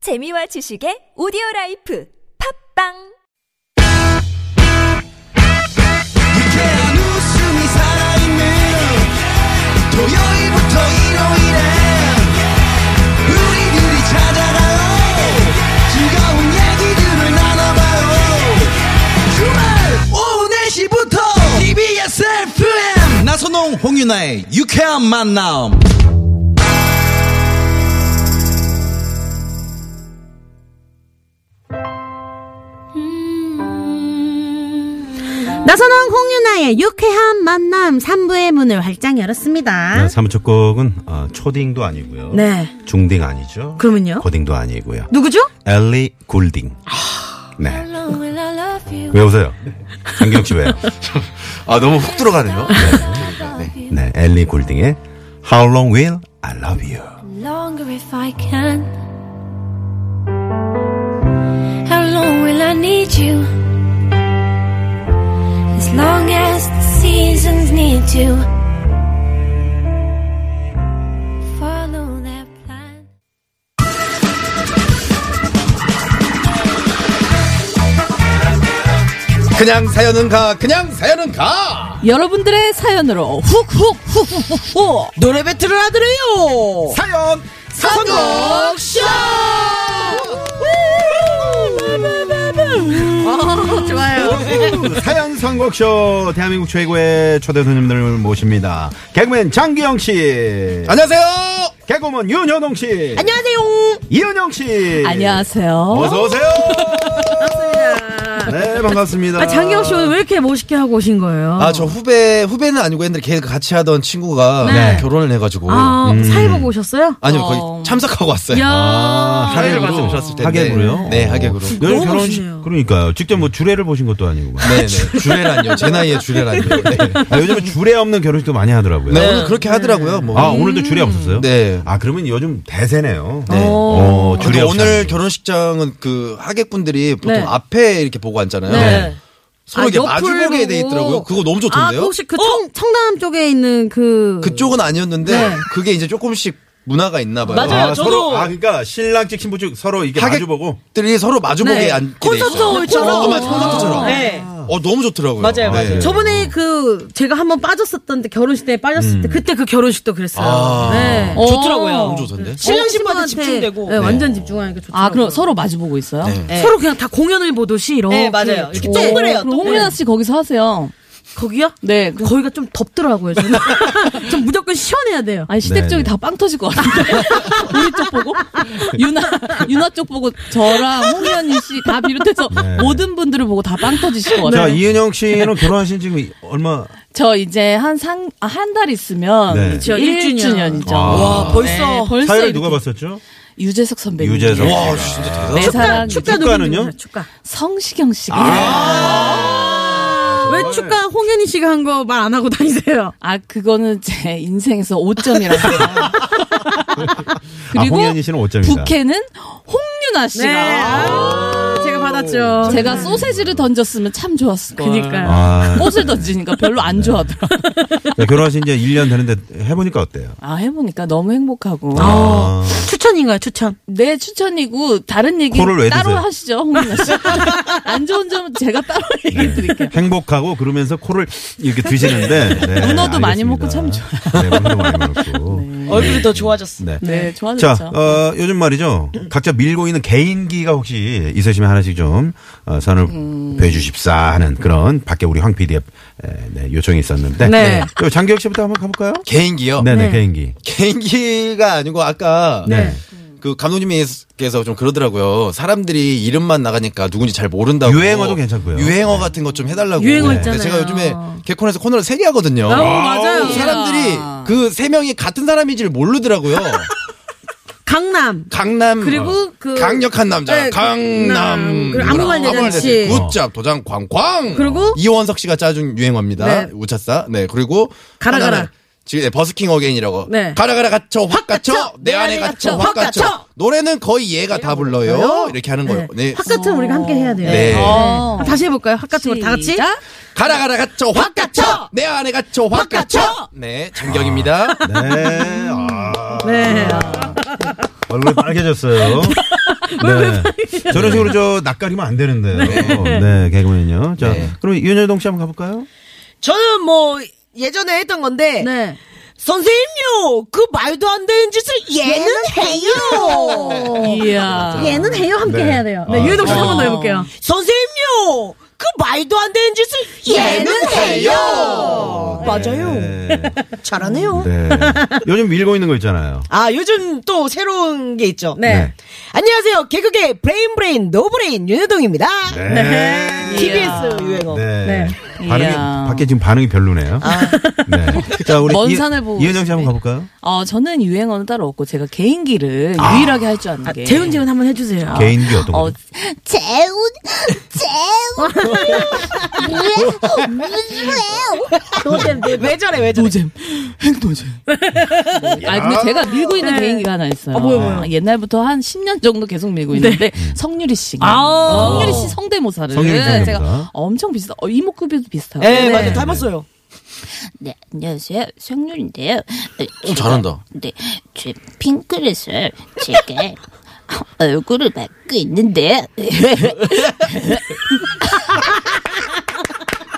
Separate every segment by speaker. Speaker 1: 재미와 지식의 오디오 라이프 팝빵
Speaker 2: 유쾌한 웃음이 살아있는 토요일부터 일요일에 우리들이 찾아가요 즐거운 얘기들을 나눠봐요 주말 오후 4시부터 TBS FM 나선홍 홍윤아의 유쾌한 만남
Speaker 3: 나선홍 홍윤아의 유쾌한 만남 3부의 문을 활짝 열었습니다.
Speaker 4: 네, 사무총곡은 어, 초딩도 아니고요.
Speaker 3: 네.
Speaker 4: 중딩 아니죠.
Speaker 3: 그러면요?
Speaker 4: 고딩도 아니고요.
Speaker 3: 누구죠? 아.
Speaker 4: 엘리 굴딩. 네. 왜 웃어요? 장경 씨 왜요?
Speaker 5: 아 너무 훅 들어가네요.
Speaker 4: 네, 엘리 굴딩의 How long will I love you?
Speaker 6: longer if I can. How long will I need you? As long as the seasons need to follow that plan.
Speaker 5: 그냥 사연은 가, 그냥 사연은 가.
Speaker 3: 여러분들의 사연으로 훅훅 훅훅훅 노래 배틀을 하드래요.
Speaker 5: 사연 사연
Speaker 4: 사연 선곡쇼 대한민국 최고의 초대 손님들을 모십니다. 개그맨 장기영 씨.
Speaker 5: 안녕하세요.
Speaker 4: 개그맨 윤현홍 씨.
Speaker 3: 아. 안녕하세요.
Speaker 4: 이은영 씨.
Speaker 3: 안녕하세요.
Speaker 4: 어서 오세요. 네, 반갑습니다.
Speaker 3: 아, 장기영 씨 오늘 왜 이렇게 멋있게 하고 오신 거예요?
Speaker 5: 아 저 후배 후배는 아니고 옛날에 걔 같이 하던 친구가
Speaker 3: 네.
Speaker 5: 결혼을 해가지고
Speaker 3: 아, 사회 보고 오셨어요?
Speaker 5: 음. 아니요 거의 참석하고 왔어요.
Speaker 3: 야.
Speaker 5: 사회를 봤으면 좋았을 네, 텐데.
Speaker 4: 하객으로요?
Speaker 5: 네 하객으로.
Speaker 4: 네,
Speaker 3: 너무
Speaker 4: 결혼식-
Speaker 3: 멋있네요.
Speaker 4: 그러니까요. 직접 뭐 주례를 보신 것도 아니고.
Speaker 5: 네네 주례란요. 제 나이에 주례란요. 네.
Speaker 4: 아, 요즘에 주례 없는 결혼식도 많이 하더라고요.
Speaker 5: 네, 오늘 그렇게 하더라고요. 뭐.
Speaker 4: 아, 오늘도 주례 없었어요?
Speaker 5: 네.
Speaker 4: 아, 그러면 요즘 대세네요.
Speaker 5: 네.
Speaker 4: 어,
Speaker 5: 근데
Speaker 4: 주례 없이
Speaker 5: 오늘
Speaker 4: 하는 게.
Speaker 5: 결혼식장은 그 하객분들이 보통
Speaker 3: 네.
Speaker 5: 앞에 이렇게 보고 앉잖아요.
Speaker 3: 네.
Speaker 5: 서로 이렇게
Speaker 3: 옆을
Speaker 5: 마주보게 돼
Speaker 3: 보고.
Speaker 5: 있더라고요. 그거 너무
Speaker 3: 아,
Speaker 5: 좋던데요?
Speaker 3: 그 혹시 그 청, 청담 쪽에 있는 그
Speaker 5: 그쪽은 아니었는데
Speaker 3: 네.
Speaker 5: 그게 이제 조금씩 문화가 있나 봐요.
Speaker 4: 아, 서로, 아, 그러니까 신랑 측 신부 측 서로 이게
Speaker 5: 하객-
Speaker 4: 마주보고.
Speaker 5: 들이 서로 마주보게
Speaker 3: 네.
Speaker 5: 앉게
Speaker 7: 콘서트
Speaker 5: 돼 있어요.
Speaker 7: 홀처럼.
Speaker 5: 어, 맞아, 콘서트처럼.
Speaker 7: 네.
Speaker 5: 어 너무 좋더라고요. 네.
Speaker 7: 맞아요, 맞아요.
Speaker 3: 저번에 그 제가 한번 빠졌었던데 결혼식 때 빠졌을 때 그때 그 결혼식도
Speaker 5: 음.
Speaker 3: 그랬어요.
Speaker 5: 아.
Speaker 3: 네.
Speaker 7: 어.
Speaker 5: 너무
Speaker 7: 좋더라고요.
Speaker 5: 좋던데.
Speaker 7: 신랑 신부한테
Speaker 3: 친구한테,
Speaker 7: 집중되고.
Speaker 3: 네, 완전 집중하니까 좋죠.
Speaker 8: 아, 그럼 서로 마주보고 있어요?
Speaker 5: 네.
Speaker 3: 서로 그냥 다 공연을 보듯이 이렇게.
Speaker 7: 네, 맞아요. 이렇게
Speaker 3: 오.
Speaker 7: 동그래요.
Speaker 8: 그럼 홍윤아 씨 거기서 하세요.
Speaker 3: 거기요?
Speaker 8: 네. 그-
Speaker 3: 거기가 좀 덥더라고요. 저는 좀 무조건 시원해야 돼요.
Speaker 8: 아니,
Speaker 4: 네,
Speaker 8: 시댁 쪽이
Speaker 4: 네.
Speaker 8: 다 빵 터질 것 같은데. 우리 쪽 보고. 윤아, 윤아 쪽 보고 저랑 홍현희 씨 다 비롯해서
Speaker 4: 네.
Speaker 8: 모든 분들을 보고 다 빵 터지실
Speaker 3: 네.
Speaker 8: 것
Speaker 4: 자,
Speaker 8: 같아요.
Speaker 4: 이은영 씨는 결혼하신 지금 이- 얼마?
Speaker 8: 저 이제 한 상, 아, 한 달 있으면.
Speaker 4: 네.
Speaker 8: 그렇죠.
Speaker 3: 일주년.
Speaker 8: 1주년이죠. 네,
Speaker 4: 아. 와,
Speaker 7: 벌써.
Speaker 8: 벌써.
Speaker 4: 사회를
Speaker 8: 이렇게
Speaker 4: 누가 봤었죠?
Speaker 8: 유재석 선배님. 네,
Speaker 4: 유재석.
Speaker 5: 와
Speaker 4: 씨가.
Speaker 5: 진짜 대단.
Speaker 8: 내 아, 사랑.
Speaker 3: 축가
Speaker 4: 축가는요?
Speaker 3: 누군지 몰라요, 축가.
Speaker 8: 성시경 씨가.
Speaker 4: 아.
Speaker 3: 왜 축가 홍현희 씨가 한 거 말 안 하고 다니세요?
Speaker 8: 아, 그거는 제 인생에서 5점이라고.
Speaker 4: 아, 홍현희 씨는 5점이다.
Speaker 8: 부캐는 홍윤아 씨가.
Speaker 3: 네. 아, 제가 받았죠. 네.
Speaker 8: 제가 소세지를 던졌으면 참 좋았을 거예요.
Speaker 3: 그니까요.
Speaker 4: 아, 네.
Speaker 8: 꽃을 던지니까 별로 안 좋아하더라.
Speaker 4: 자, 네, 결혼하신 지 1년 되는데 해보니까 어때요?
Speaker 8: 아 해보니까 너무 행복하고.
Speaker 4: 아,
Speaker 3: 추천인가요, 추천?
Speaker 8: 내 추천이고 다른 얘기
Speaker 4: 코를 왜
Speaker 8: 따로
Speaker 4: 드세요?
Speaker 8: 하시죠, 홍민아 씨. 안 좋은 점은 제가 따로
Speaker 4: 네.
Speaker 8: 얘기 네, 드릴게요.
Speaker 4: 행복하고 그러면서 코를 이렇게 드시는데. 네,
Speaker 8: 문어도 많이
Speaker 4: 알겠습니다.
Speaker 8: 먹고 참
Speaker 4: 네, 문어도 많이 먹고. 예,
Speaker 7: 얼굴이 더 좋아졌어.
Speaker 4: 네.
Speaker 8: 네,
Speaker 4: 자,
Speaker 8: 좋아졌죠.
Speaker 4: 어, 요즘 말이죠. 각자 밀고 있는 개인기가 혹시 있으시면 하나씩 좀 어, 선을
Speaker 8: 음.
Speaker 4: 배주십사 하는 그런 밖에 우리 황 PD의 네, 요청이 있었는데.
Speaker 3: 네.
Speaker 4: 요 장기혁 씨부터 한번 가볼까요?
Speaker 5: 개인기요.
Speaker 4: 네네, 개인기.
Speaker 5: 개인기가 아니고 아까
Speaker 4: 네.
Speaker 3: 음.
Speaker 5: 그 감독님께서 좀 그러더라고요. 사람들이 이름만 나가니까 누군지 잘 모른다고.
Speaker 4: 유행어도 괜찮고요. 네.
Speaker 5: 유행어 같은 것 좀 해달라고.
Speaker 3: 유행어
Speaker 5: 근데
Speaker 3: 있잖아요.
Speaker 5: 제가 요즘에 개콘에서 코너를 세 개 하거든요.
Speaker 3: 아, 맞아요.
Speaker 5: 사람들이 그 세 명이 같은 사람인지를 모르더라고요.
Speaker 3: 강남.
Speaker 5: 강남 어,
Speaker 3: 그리고 그-
Speaker 5: 강력한 남자
Speaker 3: 네,
Speaker 5: 강남
Speaker 3: 강남. 그리고 아무거나 대잔치.
Speaker 5: 굿잡 도장 광광
Speaker 3: 그리고
Speaker 5: 이원석 씨가 짜준 유행어입니다.
Speaker 3: 네.
Speaker 5: 우차싸 네 그리고
Speaker 3: 가라,
Speaker 5: 하나는
Speaker 3: 가라.
Speaker 5: 지금 네, 버스킹 어게인이라고
Speaker 3: 네.
Speaker 5: 가라 가라 갇혀 확 갇혀 내 안에 갇혀 확 갇혀 노래는 거의 얘가 다 불러요 이렇게 하는
Speaker 4: 어,
Speaker 5: 거예요. 네.
Speaker 3: 네. 핫같은 우리가 함께 해야 돼요.
Speaker 5: 네.
Speaker 8: 어.
Speaker 3: 다시 해볼까요? 핫같은 우리 다 같이?
Speaker 8: 시작.
Speaker 5: 가라 가라 갇혀 확 갇혀 내 안에 갇혀 확 갇혀 네 장경입니다.
Speaker 4: 네. 아,
Speaker 3: 네.
Speaker 4: 얼굴 빨개졌어요. 네. 저런 식으로 저 낯가리면 안 되는데요. 네, 개그맨요. 자,
Speaker 5: 네.
Speaker 4: 그럼 윤여동 씨 한번 가볼까요?
Speaker 7: 저는 뭐 예전에 했던 건데
Speaker 3: 네.
Speaker 7: 선생님요 그 말도 안 되는 짓을 얘는 해요.
Speaker 8: 이야. 어.
Speaker 3: 얘는 해요 함께
Speaker 4: 네.
Speaker 3: 해야 돼요. 네, 유해동 씨한 번 더 해볼게요.
Speaker 7: 선생님요 그 말도 안 되는 짓을 얘는 해요. 맞아요.
Speaker 4: 네.
Speaker 7: 잘하네요.
Speaker 4: 네. 요즘 밀고 있는 거 있잖아요.
Speaker 7: 아 요즘 또 새로운 게 있죠.
Speaker 3: 네.
Speaker 4: 네.
Speaker 7: 안녕하세요 개그계 브레인 브레인 노브레인 윤여동입니다. TBS 유행어.
Speaker 4: 네.
Speaker 8: 네.
Speaker 4: 반응이
Speaker 8: 이야.
Speaker 4: 밖에 지금 반응이 별로네요. 네. 자, 우리
Speaker 8: 먼
Speaker 4: 이-
Speaker 8: 산을 보고
Speaker 4: 이은정 씨
Speaker 8: 계시네.
Speaker 4: 한번 가볼까요?
Speaker 8: 어, 저는 유행어는 따로 없고 제가 개인기를 유일하게 할 줄 아는 게.
Speaker 3: 재훈님은 한번 해주세요.
Speaker 4: 개인기 어떤
Speaker 8: 어,
Speaker 4: 거?
Speaker 6: 재훈, 재훈.
Speaker 3: 노잼, 노잼.
Speaker 7: 왜 저래 왜 저래.
Speaker 8: 노잼. 행노잼. 아, 근데 제가 밀고 있는 개인기가 하나 있어요. 아, 옛날부터 한 10년 정도 계속 밀고 있는데, 성유리 씨. 가 성유리 씨 성대모사를.
Speaker 4: 음.
Speaker 8: 네,
Speaker 4: 성유리 성대모사.
Speaker 8: 제가 엄청 비슷한, 어, 이목구비도 비슷하고.
Speaker 7: 예 맞아 닮았어요.
Speaker 9: 네, 안녕하세요. 성률인데요.
Speaker 5: 오, 어, 잘한다.
Speaker 9: 네, 제 핑크렛을 제가 얼굴을 맡고 있는데요.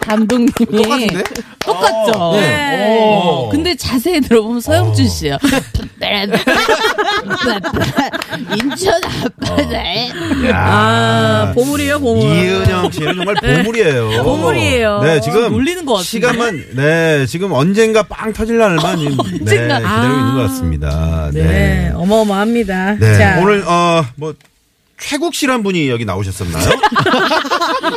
Speaker 8: 감독님이.
Speaker 5: 똑같은데?
Speaker 8: 똑같죠?
Speaker 3: 어.
Speaker 4: 네. 어.
Speaker 8: 오. 근데 자세히 들어보면 서영준 씨예요
Speaker 9: 인천 앞바다에
Speaker 3: 아, 보물이에요, 보물.
Speaker 8: 네.
Speaker 4: 이은영 씨는 정말 보물이에요.
Speaker 3: 보물이에요.
Speaker 4: 네, 지금
Speaker 8: 놀리는 것 같은데.
Speaker 4: 시간만 네, 지금 언젠가 빵 터질 날만 지금 네, 기다리고
Speaker 8: 언젠가. 아.
Speaker 4: 있는 것 같습니다.
Speaker 3: 네.
Speaker 4: 네.
Speaker 3: 어마어마합니다.
Speaker 4: 네.
Speaker 3: 자.
Speaker 4: 오늘 어뭐 최국 씨란 분이 여기 나오셨었나요?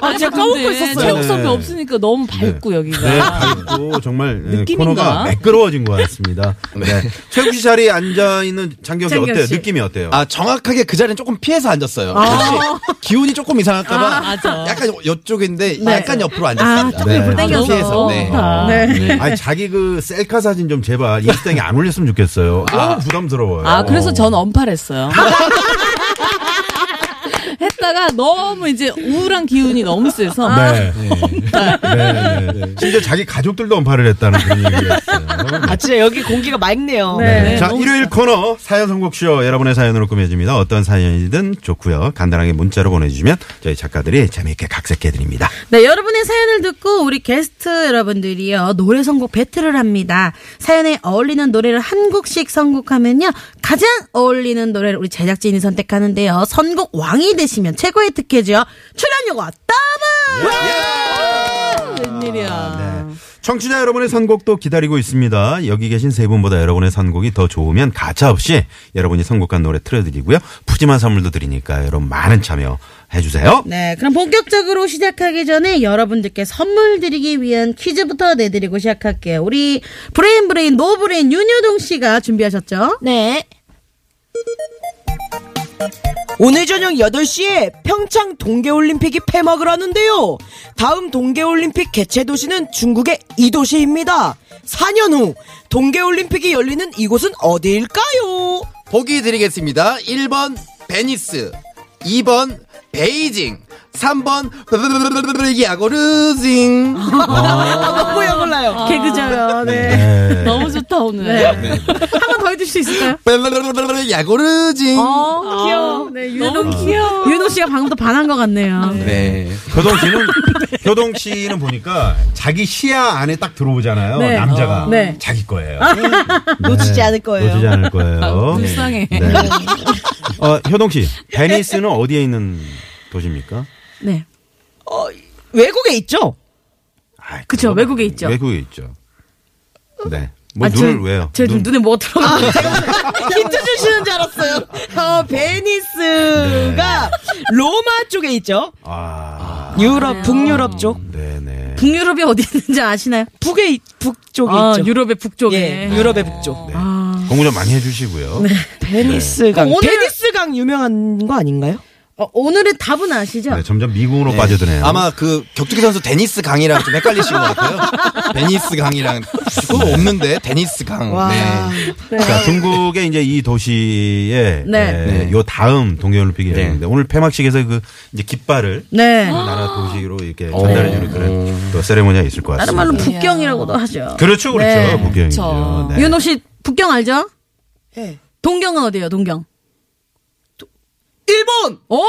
Speaker 8: 아, 제가 까먹고 있었어요. 체육 선배 없으니까 너무 밝고, 여기가.
Speaker 4: 네, 밝고 정말 예,
Speaker 8: 느낌인가?
Speaker 4: 코너가 매끄러워진 것 같습니다. 네. 최국 씨 자리에 앉아 있는 장기혁 씨
Speaker 3: 장기혁
Speaker 4: 어때요?
Speaker 3: 씨.
Speaker 4: 느낌이 어때요?
Speaker 5: 아 정확하게 그 자리는 조금 피해서 앉았어요.
Speaker 3: 아.
Speaker 5: 혹시 기운이 조금 이상할까봐
Speaker 8: 아, 맞아.
Speaker 5: 약간 옆쪽인데 약간 옆으로
Speaker 3: 네. 아,
Speaker 5: 앉았습니다.
Speaker 3: 조금 옆으로 당겨서.
Speaker 5: 피해서, 네.
Speaker 4: 아,
Speaker 3: 네.
Speaker 4: 아니, 자기 그 셀카 사진 좀 제발 인스타에 안 올렸으면 좋겠어요. 너무 부담스러워요.
Speaker 8: 아, 그래서 전 언팔했어요. 했다가 너무 이제 우울한 기운이 너무 세서
Speaker 4: 네. 네. 네. 심지어 자기 가족들도 언팔을 했다는 그런 얘기였어요.
Speaker 7: 아 진짜 여기 공기가 맑네요.
Speaker 4: 네. 자, 일요일 코너 사연 선곡쇼 여러분의 사연으로 꾸며집니다. 어떤 사연이든 좋고요. 간단하게 문자로 보내주시면 저희 작가들이 재미있게 각색해드립니다.
Speaker 3: 네, 여러분의 사연을 듣고 우리 게스트 여러분들이요. 노래 선곡 배틀을 합니다. 사연에 어울리는 노래를 한 곡씩 선곡하면요. 가장 어울리는 노래를 우리 제작진이 선택하는데요. 선곡 왕이 되시면 최고의 특혜죠. 출연료가 더블!
Speaker 8: 웬일이야.
Speaker 4: 청취자 여러분의 선곡도 기다리고 있습니다. 여기 계신 세 분보다 여러분의 선곡이 더 좋으면 가차없이 여러분이 선곡한 노래 틀어드리고요. 푸짐한 선물도 드리니까 여러분 많은 참여해주세요.
Speaker 3: 네, 그럼 본격적으로 시작하기 전에 여러분들께 선물 드리기 위한 퀴즈부터 내드리고 시작할게요. 우리 브레인 브레인 노브레인 윤효동 씨가 준비하셨죠?
Speaker 9: 네.
Speaker 7: 오늘 저녁 8시에 평창 동계올림픽이 폐막을 하는데요. 다음 동계올림픽 개최 도시는 중국의 이 도시입니다. 4년 후 동계올림픽이 열리는 이곳은 어디일까요?
Speaker 5: 보기 드리겠습니다. 1번 베니스, 2번 베이징, 3번 야고르징.
Speaker 7: 아, 뭐야 몰라요.
Speaker 3: 개그죠. 네. 아,
Speaker 4: 네.
Speaker 8: 너무 좋다, 오늘.
Speaker 3: 한 번 더 해줄 수 있을까요?
Speaker 5: 야고르징.
Speaker 8: 아,
Speaker 3: 어, 귀여워. 아, 네, 윤효동 귀여워. 윤효동 씨가 방금 또 반한 것 같네요.
Speaker 5: 네.
Speaker 4: 교동 씨는 교동 씨는 보니까 자기 시야 안에 딱 들어오잖아요.
Speaker 3: 네.
Speaker 4: 남자가
Speaker 3: 네.
Speaker 4: 자기 거예요.
Speaker 7: 놓치지 않을 거예요.
Speaker 4: 놓치지 않을 거예요.
Speaker 8: 불쌍해.
Speaker 4: 네. 어, 효동 씨, 베니스는 어디에 있는 도시입니까?
Speaker 3: 네.
Speaker 7: 어, 외국에 있죠?
Speaker 4: 아,
Speaker 3: 그쵸,
Speaker 4: 그거
Speaker 3: 외국에 있죠.
Speaker 4: 외국에 있죠. 네. 뭐
Speaker 3: 아,
Speaker 4: 눈을
Speaker 3: 저-
Speaker 4: 왜요?
Speaker 3: 제
Speaker 4: 눈-
Speaker 3: 눈, 눈에 뭐가 들어가?
Speaker 7: 힌트 주시는 줄 알았어요. 어, 베니스가 로마 쪽에 있죠?
Speaker 4: 아,
Speaker 7: 유럽, 북유럽 쪽.
Speaker 4: 네네.
Speaker 3: 북유럽에 어디 있는지 아시나요?
Speaker 7: 북에, 있- 북쪽에
Speaker 3: 아,
Speaker 7: 있죠.
Speaker 3: 유럽의 북쪽에.
Speaker 7: 예, 유럽의 북쪽. 어,
Speaker 4: 네. 공부 좀 많이 해주시고요. 네.
Speaker 7: 베니스강.
Speaker 3: 그럼 오늘-
Speaker 7: 베니스강 유명한 거 아닌가요?
Speaker 3: 어, 오늘의 답은 아시죠?
Speaker 4: 네, 점점 미국으로 빠져드네요.
Speaker 5: 아마 그 격투기 선수 데니스 강이랑 좀 헷갈리신 것 같아요. 데니스 강이랑 그거 없는데 데니스 강. 네.
Speaker 4: 자, 중국의 이제 이 도시에
Speaker 3: 네.
Speaker 4: 에,
Speaker 5: 네.
Speaker 4: 요 다음 동계올림픽이 열리는데 오늘 폐막식에서 그 이제 깃발을
Speaker 3: 네.
Speaker 4: 나라 도시로 이렇게 전달해주는 그런 또 세레모니가 있을 것
Speaker 3: 다른
Speaker 4: 같습니다.
Speaker 3: 말로 북경이라고도 하죠.
Speaker 4: 그렇죠, 그렇죠.
Speaker 3: 네.
Speaker 4: 북경이죠.
Speaker 8: 그렇죠.
Speaker 4: 네.
Speaker 3: 윤호 씨 북경 알죠?
Speaker 7: 예.
Speaker 3: 동경은 어디예요? 동경.
Speaker 7: 일본!
Speaker 8: 오!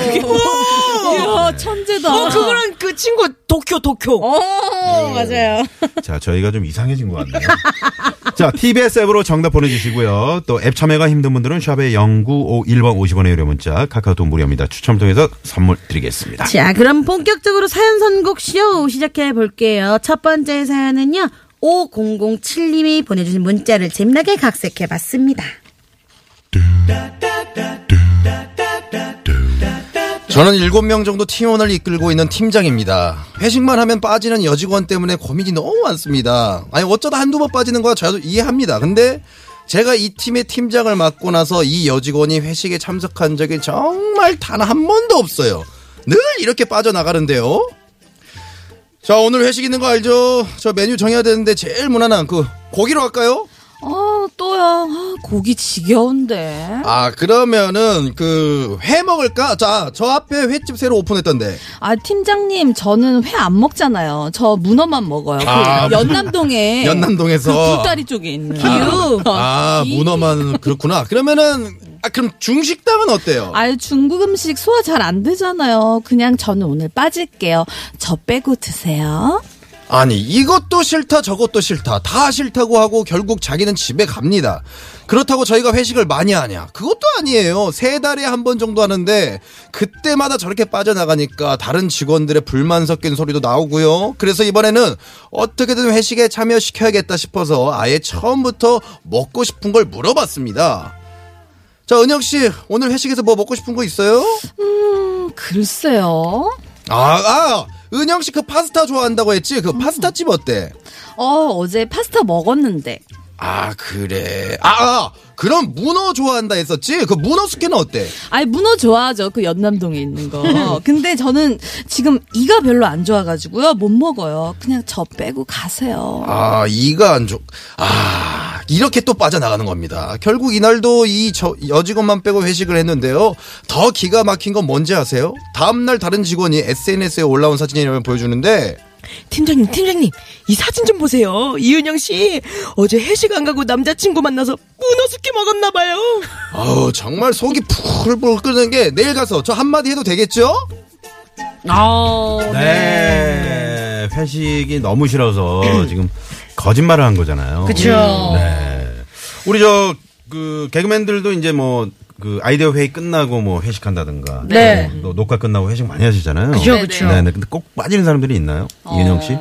Speaker 8: 그게 이야, 천재다.
Speaker 7: 어, 그거랑 그 친구 도쿄, 도쿄.
Speaker 8: 오, 맞아요.
Speaker 4: 자, 저희가 좀 이상해진 것 같네요. 자, TBS 앱으로 정답 보내주시고요. 또 앱 참여가 힘든 분들은 샵에 0951번 50원의 유료 문자, 카카오톡 무료입니다. 추첨 통해서 선물 드리겠습니다.
Speaker 3: 자, 그럼 본격적으로 사연 선곡 쇼 시작해 볼게요. 첫 번째 사연은요. 5007님이 보내주신 문자를 재미나게 각색해 봤습니다.
Speaker 5: 저는 일곱 명 정도 팀원을 이끌고 있는 팀장입니다. 회식만 하면 빠지는 여직원 때문에 고민이 너무 많습니다. 아니 어쩌다 한두 번 빠지는 거야 저도 이해합니다. 근데 제가 이 팀의 팀장을 맡고 나서 이 여직원이 회식에 참석한 적이 정말 단 한 번도 없어요. 늘 이렇게 빠져나가는데요. 자 오늘 회식 있는 거 알죠? 저 메뉴 정해야 되는데 제일 무난한 그 고기로 할까요?
Speaker 8: 아, 또야. 아, 고기 지겨운데.
Speaker 5: 아 그러면은 그 회 먹을까? 자 저 앞에 횟집 새로 오픈했던데
Speaker 8: 아, 팀장님, 저는 회 안 먹잖아요. 저 문어만 먹어요. 그
Speaker 5: 아,
Speaker 8: 연남동에.
Speaker 5: 연남동에서
Speaker 8: 그 굴다리 쪽에 있는.
Speaker 5: 기우.
Speaker 8: 어,
Speaker 5: 아,
Speaker 8: 이-
Speaker 5: 문어만 그렇구나. 그러면은 아 그럼 중식당은 어때요?
Speaker 8: 아유, 중국 음식 소화 잘 안 되잖아요. 그냥 저는 오늘 빠질게요. 저 빼고 드세요.
Speaker 5: 아니 이것도 싫다 저것도 싫다 다 싫다고 하고 결국 자기는 집에 갑니다. 그렇다고 저희가 회식을 많이 하냐? 그것도 아니에요. 세 달에 한 번 정도 하는데 그때마다 저렇게 빠져나가니까 다른 직원들의 불만 섞인 소리도 나오고요. 그래서 이번에는 어떻게든 회식에 참여시켜야겠다 싶어서 아예 처음부터 먹고 싶은 걸 물어봤습니다. 자 은영 씨 오늘 회식에서 뭐 먹고 싶은 거 있어요?
Speaker 8: 음, 글쎄요.
Speaker 5: 아, 아 은영 씨 그 파스타 좋아한다고 했지? 그 파스타 집 어때?
Speaker 8: 어, 어제 파스타 먹었는데.
Speaker 5: 아, 그래. 아, 아, 그럼 문어 좋아한다 했었지? 그 문어 숙회는 어때?
Speaker 8: 아니 문어 좋아하죠 그 연남동에 있는 거 근데 저는 지금 이가 별로 안 좋아가지고요 못 먹어요 그냥 저 빼고 가세요
Speaker 5: 아, 이가 안 좋. 아, 이렇게 또 빠져나가는 겁니다. 결국 이날도 이 저, 여직원만 빼고 회식을 했는데요. 더 기가 막힌 건 뭔지 아세요? 다음날 다른 직원이 SNS에 올라온 사진을 보여주는데
Speaker 7: 팀장님, 팀장님, 이 사진 좀 보세요. 이은영 씨, 어제 회식 안 가고 남자친구 만나서 문어숙회 먹었나봐요.
Speaker 5: 아우 정말 속이 풀풀 끓는 게 내일 가서 저 한마디 해도 되겠죠?
Speaker 4: 네. 회식이 너무 싫어서 지금 거짓말을 한 거잖아요.
Speaker 8: 그쵸.
Speaker 4: 네. 우리 저, 그, 개그맨들도 이제 뭐, 그 아이디어 회의 끝나고 뭐 회식한다든가
Speaker 8: 네.
Speaker 4: 뭐 노- 녹화 끝나고 회식 많이 하시잖아요.
Speaker 8: 그쵸, 그쵸. 어.
Speaker 4: 네, 네. 근데 꼭 빠지는 사람들이 있나요? 이은영 씨?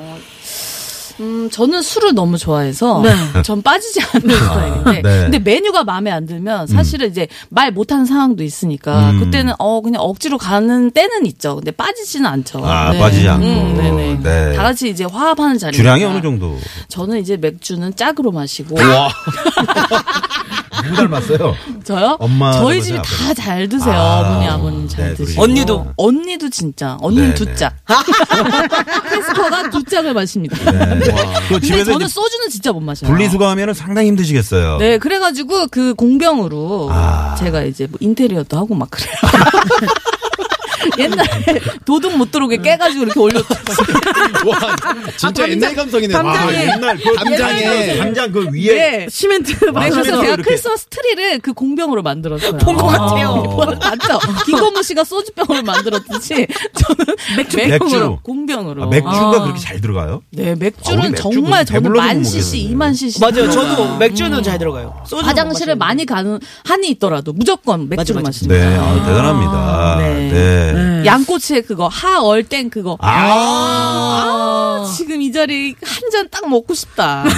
Speaker 8: 음 저는 술을 너무 좋아해서 전 빠지지 않는 스타일인데
Speaker 4: 네.
Speaker 8: 근데 메뉴가 마음에 안 들면 사실은 이제 말 못하는 상황도 있으니까
Speaker 4: 음.
Speaker 8: 그때는 어 그냥 억지로 가는 때는 있죠 근데 빠지지는 않죠 네. 음,
Speaker 4: 아, 빠지지 않고.
Speaker 8: 네네.
Speaker 4: 네.
Speaker 8: 다 같이 이제 화합하는 자리
Speaker 4: 주량이 어느 정도?
Speaker 8: 저는 이제 맥주는 짝으로 마시고
Speaker 4: 누구 닮았어요?
Speaker 8: 저요?
Speaker 4: 엄마
Speaker 8: 저희
Speaker 4: 그러세요,
Speaker 8: 집이 다
Speaker 4: 아버지?
Speaker 8: 잘 드세요.
Speaker 4: 아,
Speaker 8: 어머니 아버님 잘
Speaker 4: 네,
Speaker 8: 드시고.
Speaker 4: 둘이요. 언니도?
Speaker 8: 언니도 진짜. 언니는
Speaker 4: 네,
Speaker 8: 두
Speaker 4: 네.
Speaker 8: 짝. 캐스퍼가 두 짝을 마십니다.
Speaker 4: 네. 그
Speaker 8: 근데
Speaker 4: 집에서
Speaker 8: 저는
Speaker 4: 이제
Speaker 8: 소주는 진짜 못 마셔요.
Speaker 4: 분리수거하면 상당히 힘드시겠어요.
Speaker 8: 네, 그래가지고 그 공병으로
Speaker 4: 아.
Speaker 8: 제가 이제 뭐 인테리어도 하고 막 그래요. 옛날에 도둑 못 들어오게 깨가지고 이렇게 올렸어요.
Speaker 5: 와, 진짜 옛날 아, 감성이네.
Speaker 3: 밤장에.
Speaker 5: 와,
Speaker 4: 옛날 그
Speaker 5: 밤장에.
Speaker 4: 담장 그 위에
Speaker 3: 시멘트
Speaker 8: 네, 그래서
Speaker 4: 시멘트로
Speaker 8: 제가
Speaker 4: 아, 이렇게.
Speaker 8: 크리스마스 트리를 그 공병으로 만들었어요. 뭐,
Speaker 7: 본 것 같아요.
Speaker 8: 맞죠? 김건모 씨가 소주병으로 만들었듯이 저는 맥주로
Speaker 4: 맥주로.
Speaker 8: 공병으로.
Speaker 4: 아, 맥주가
Speaker 8: 아.
Speaker 4: 그렇게 잘 들어가요?
Speaker 8: 네,
Speaker 4: 아,
Speaker 8: 맥주는
Speaker 4: 우리 맥주는
Speaker 8: 정말 저는
Speaker 4: 배불러도
Speaker 8: 만
Speaker 4: 못
Speaker 8: cc,
Speaker 4: 먹겠네요.
Speaker 8: 이만 cc.
Speaker 7: 맞아요. 저도 맥주는 잘 들어가요. 소주는
Speaker 8: 화장실을
Speaker 7: 못 마시는데.
Speaker 8: 많이 가는 한이 있더라도 무조건 맥주를
Speaker 7: 맞아,
Speaker 8: 마시는
Speaker 4: 네,
Speaker 8: 거예요.
Speaker 4: 아, 대단합니다.
Speaker 8: 네.
Speaker 4: 네.
Speaker 8: 양꼬치에 그거 하얼땡 그거. 아,
Speaker 4: 아,
Speaker 8: 지금 이 자리 한 잔 딱 먹고 싶다.
Speaker 3: 아,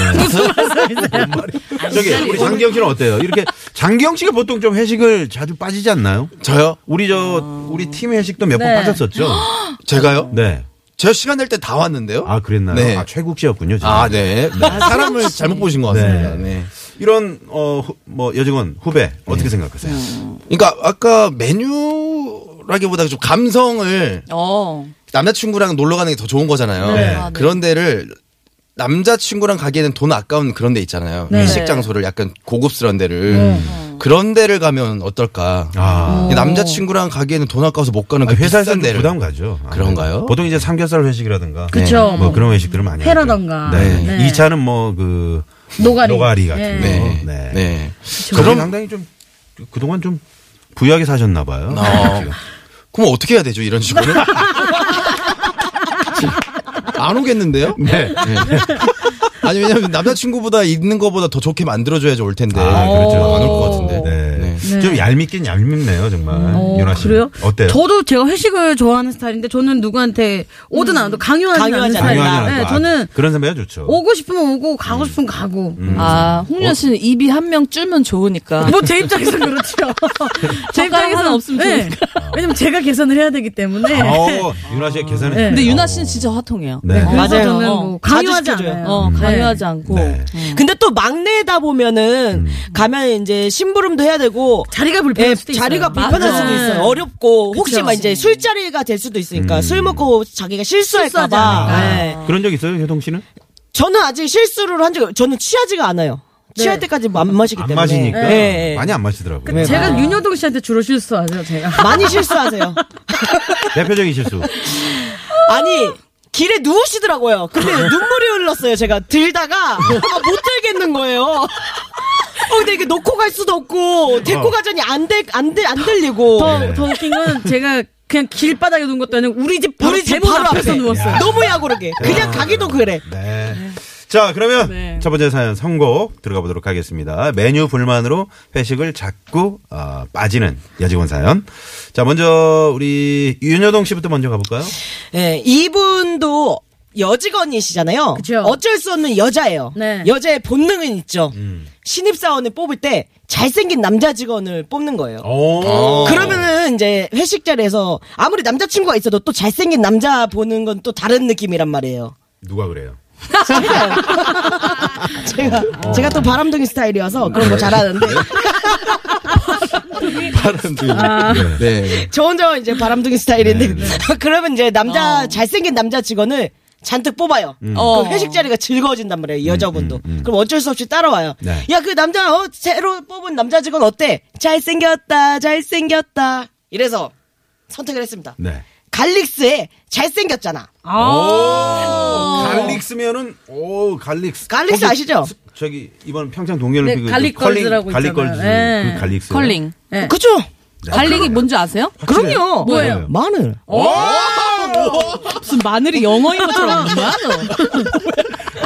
Speaker 4: 저기 우리 장기영 씨는 어때요? 이렇게 장기영 씨가 보통 좀 회식을 자주 빠지지 않나요?
Speaker 5: 아, 저요?
Speaker 4: 우리 저 우리 팀 회식도 몇 번
Speaker 3: 어. 네.
Speaker 4: 빠졌었죠.
Speaker 5: 제가요?
Speaker 4: 네.
Speaker 5: 제가 시간 될 때 다 왔는데요.
Speaker 4: 아 그랬나요?
Speaker 5: 네.
Speaker 4: 아 최국 씨였군요. 지금.
Speaker 5: 아, 네. 사람을 잘못 보신 것 같습니다.
Speaker 4: 네.
Speaker 5: 네.
Speaker 4: 이런 어 뭐 여직원 후배
Speaker 3: 네.
Speaker 4: 어떻게 생각하세요?
Speaker 3: 음.
Speaker 5: 그러니까 아까 메뉴라기보다 좀 감성을
Speaker 8: 어.
Speaker 5: 남자친구랑 놀러 가는 게 더 좋은 거잖아요.
Speaker 4: 네.
Speaker 8: 아, 네.
Speaker 5: 그런 데를 남자친구랑 가기에는 돈 아까운 그런 데 있잖아요.
Speaker 3: 네.
Speaker 5: 회식 장소를 약간 고급스러운 데를 그런 데를 가면 어떨까?
Speaker 4: 아.
Speaker 5: 남자친구랑 가기에는 돈 아까워서 못 가는
Speaker 4: 아,
Speaker 5: 그
Speaker 4: 회사에서
Speaker 5: 비싼 데를
Speaker 4: 부담 가죠. 아,
Speaker 5: 그런가요?
Speaker 4: 보통 이제 삼겹살 회식이라든가
Speaker 3: 네. 그쵸.
Speaker 4: 뭐 그런 회식들을 많이 하죠.
Speaker 3: 회라던가.
Speaker 4: 네.
Speaker 3: 네.
Speaker 4: 이차는 뭐 그
Speaker 3: 노가리.
Speaker 4: 같은
Speaker 5: 네.
Speaker 4: 거. 네.
Speaker 5: 네.
Speaker 4: 그럼 상당히 좀 그동안 좀 부유하게 사셨나 봐요.
Speaker 5: 아, 그럼 어떻게 해야 되죠 이런 식으로? 안 오겠는데요?
Speaker 4: 네.
Speaker 5: 아니 왜냐면 남자친구보다 있는 거보다 더 좋게 만들어줘야지 올 텐데
Speaker 4: 아, 그렇죠.
Speaker 5: 안 올 것 같은데.
Speaker 4: 네.
Speaker 5: 네.
Speaker 4: 좀 얄밉긴 얄밉네요, 정말.
Speaker 3: 어,
Speaker 4: 윤아 씨.
Speaker 3: 그래요?
Speaker 4: 어때요?
Speaker 3: 저도 제가 회식을 좋아하는 스타일인데 저는 누구한테 오든 안 오든 강요하지 않는
Speaker 7: 강요하지
Speaker 3: 스타일.
Speaker 7: 않는다.
Speaker 4: 당연하지 않을
Speaker 3: 네,
Speaker 4: 거. 아,
Speaker 3: 저는
Speaker 4: 그런 선배가 좋죠.
Speaker 3: 오고 싶으면 오고 가고 싶으면 가고.
Speaker 4: 음.
Speaker 8: 아, 홍윤 씨는 입이 한 명 줄면 좋으니까.
Speaker 3: 뭐 제 입장에서 그렇죠. 제 네.
Speaker 8: 젓가락 하나 없으면 좋으니까.
Speaker 3: 왜냐면 제가 계산을 해야 되기 때문에.
Speaker 4: 어, 윤아 씨의 계산은.
Speaker 3: 네.
Speaker 8: 근데 윤아 씨는 진짜 화통해요.
Speaker 4: 어. 네.
Speaker 8: 어,
Speaker 3: 그래서
Speaker 7: 맞아요.
Speaker 3: 저는
Speaker 7: 어,
Speaker 3: 뭐 강요하지
Speaker 7: 자주 시켜줘요.
Speaker 3: 않아요. 네.
Speaker 8: 어, 강요하지 않고.
Speaker 4: 네.
Speaker 7: 근데 또 막내다 보면은 가면 이제 심부름도 해야 되고
Speaker 3: 자리가 불편할
Speaker 7: 예,
Speaker 3: 수도 있어요.
Speaker 7: 자리가 불편할
Speaker 8: 맞아.
Speaker 7: 수도 있어요. 어렵고 혹시
Speaker 3: 그쵸.
Speaker 7: 막 이제 술자리가 될 수도 있으니까 술 먹고 자기가
Speaker 3: 실수하지
Speaker 7: 실수할까봐.
Speaker 3: 않을까.
Speaker 7: 예.
Speaker 4: 아, 그런 적 있어요, 효동 씨는?
Speaker 7: 저는 아직 실수를 한 적이 저는 취하지가 않아요.
Speaker 3: 네.
Speaker 7: 취할 때까지 안 마시기
Speaker 4: 안
Speaker 7: 때문에
Speaker 4: 마시니까.
Speaker 7: 예, 예.
Speaker 4: 많이 안 마시더라고요.
Speaker 3: 제가 윤여동 씨한테 주로 실수하죠, 제가.
Speaker 7: 많이 실수하세요.
Speaker 4: 대표적인 실수.
Speaker 7: 아니 길에 누우시더라고요. 근데 눈물이 흘렀어요. 제가 들다가 아, 못 들겠는 거예요. 어, 근데 이게 놓고 갈 수도 없고 데리고 가자니 안들안들안 들리고
Speaker 4: 아,
Speaker 3: 더,
Speaker 4: 네.
Speaker 3: 더 웃긴 건 제가 그냥 길바닥에 누운 것도 아니고 우리 집 바로
Speaker 7: 우리 집
Speaker 3: 대문
Speaker 7: 바로
Speaker 3: 앞에서
Speaker 7: 앞에.
Speaker 3: 누웠어요.
Speaker 7: 너무 야구르게 그냥 가기도 그래.
Speaker 4: 네. 자, 그러면 첫 번째 사연 선곡 들어가 보도록 하겠습니다. 메뉴 불만으로 회식을 자꾸 아, 빠지는 여직원 사연. 자, 먼저 우리 윤여동 씨부터 먼저 가볼까요?
Speaker 7: 예, 이분도 여직원이시잖아요.
Speaker 3: 그쵸.
Speaker 7: 어쩔 수 없는 여자예요.
Speaker 3: 네.
Speaker 7: 여자의 본능은 있죠. 신입사원을 뽑을 때 잘생긴 남자 직원을 뽑는 거예요. 어.
Speaker 4: 오.
Speaker 7: 그러면은 이제 회식 자리에서 아무리 남자친구가 있어도 또 잘생긴 남자 보는 건 또 다른 느낌이란 말이에요.
Speaker 4: 누가 그래요?
Speaker 7: 제가 제가 또 바람둥이 스타일이어서 그런 거 잘하는데
Speaker 5: 바람도
Speaker 4: 아.
Speaker 5: 네.
Speaker 7: 저 혼자 이제 바람둥이 스타일인데
Speaker 4: 네,
Speaker 7: 그러면 이제 남자 잘생긴 남자 직원을 잔뜩 뽑아요.
Speaker 4: 음.
Speaker 7: 그 회식 자리가 즐거워진단 말이에요. 이 여자분도. 그럼 어쩔 수 없이 따라와요.
Speaker 4: 네.
Speaker 7: 야 그 남자 어 새로 뽑은 남자 직원 어때? 잘생겼다. 잘생겼다. 이래서 선택을 했습니다.
Speaker 4: 네.
Speaker 7: 갈릭스에 잘생겼잖아.
Speaker 4: 갈릭스면은 오 갈릭스.
Speaker 7: 갈릭스
Speaker 4: 거기
Speaker 7: 아시죠?
Speaker 4: 스- 저기 이번 평창 동계올림픽
Speaker 3: 네,
Speaker 4: 그
Speaker 3: 갈릭
Speaker 4: 컬링-
Speaker 3: 걸즈라고
Speaker 4: 갈릭
Speaker 3: 있잖아요.
Speaker 4: 걸즈
Speaker 3: 예.
Speaker 4: 그 갈릭스.
Speaker 8: 컬링.
Speaker 3: 네.
Speaker 7: 그죠?
Speaker 8: 갈릭이 뭐- 뭔지 아세요?
Speaker 7: 그럼요.
Speaker 4: 어, 뭐예요?
Speaker 7: 마늘. 어,
Speaker 8: 무슨 마늘이 영어인 것처럼 거야?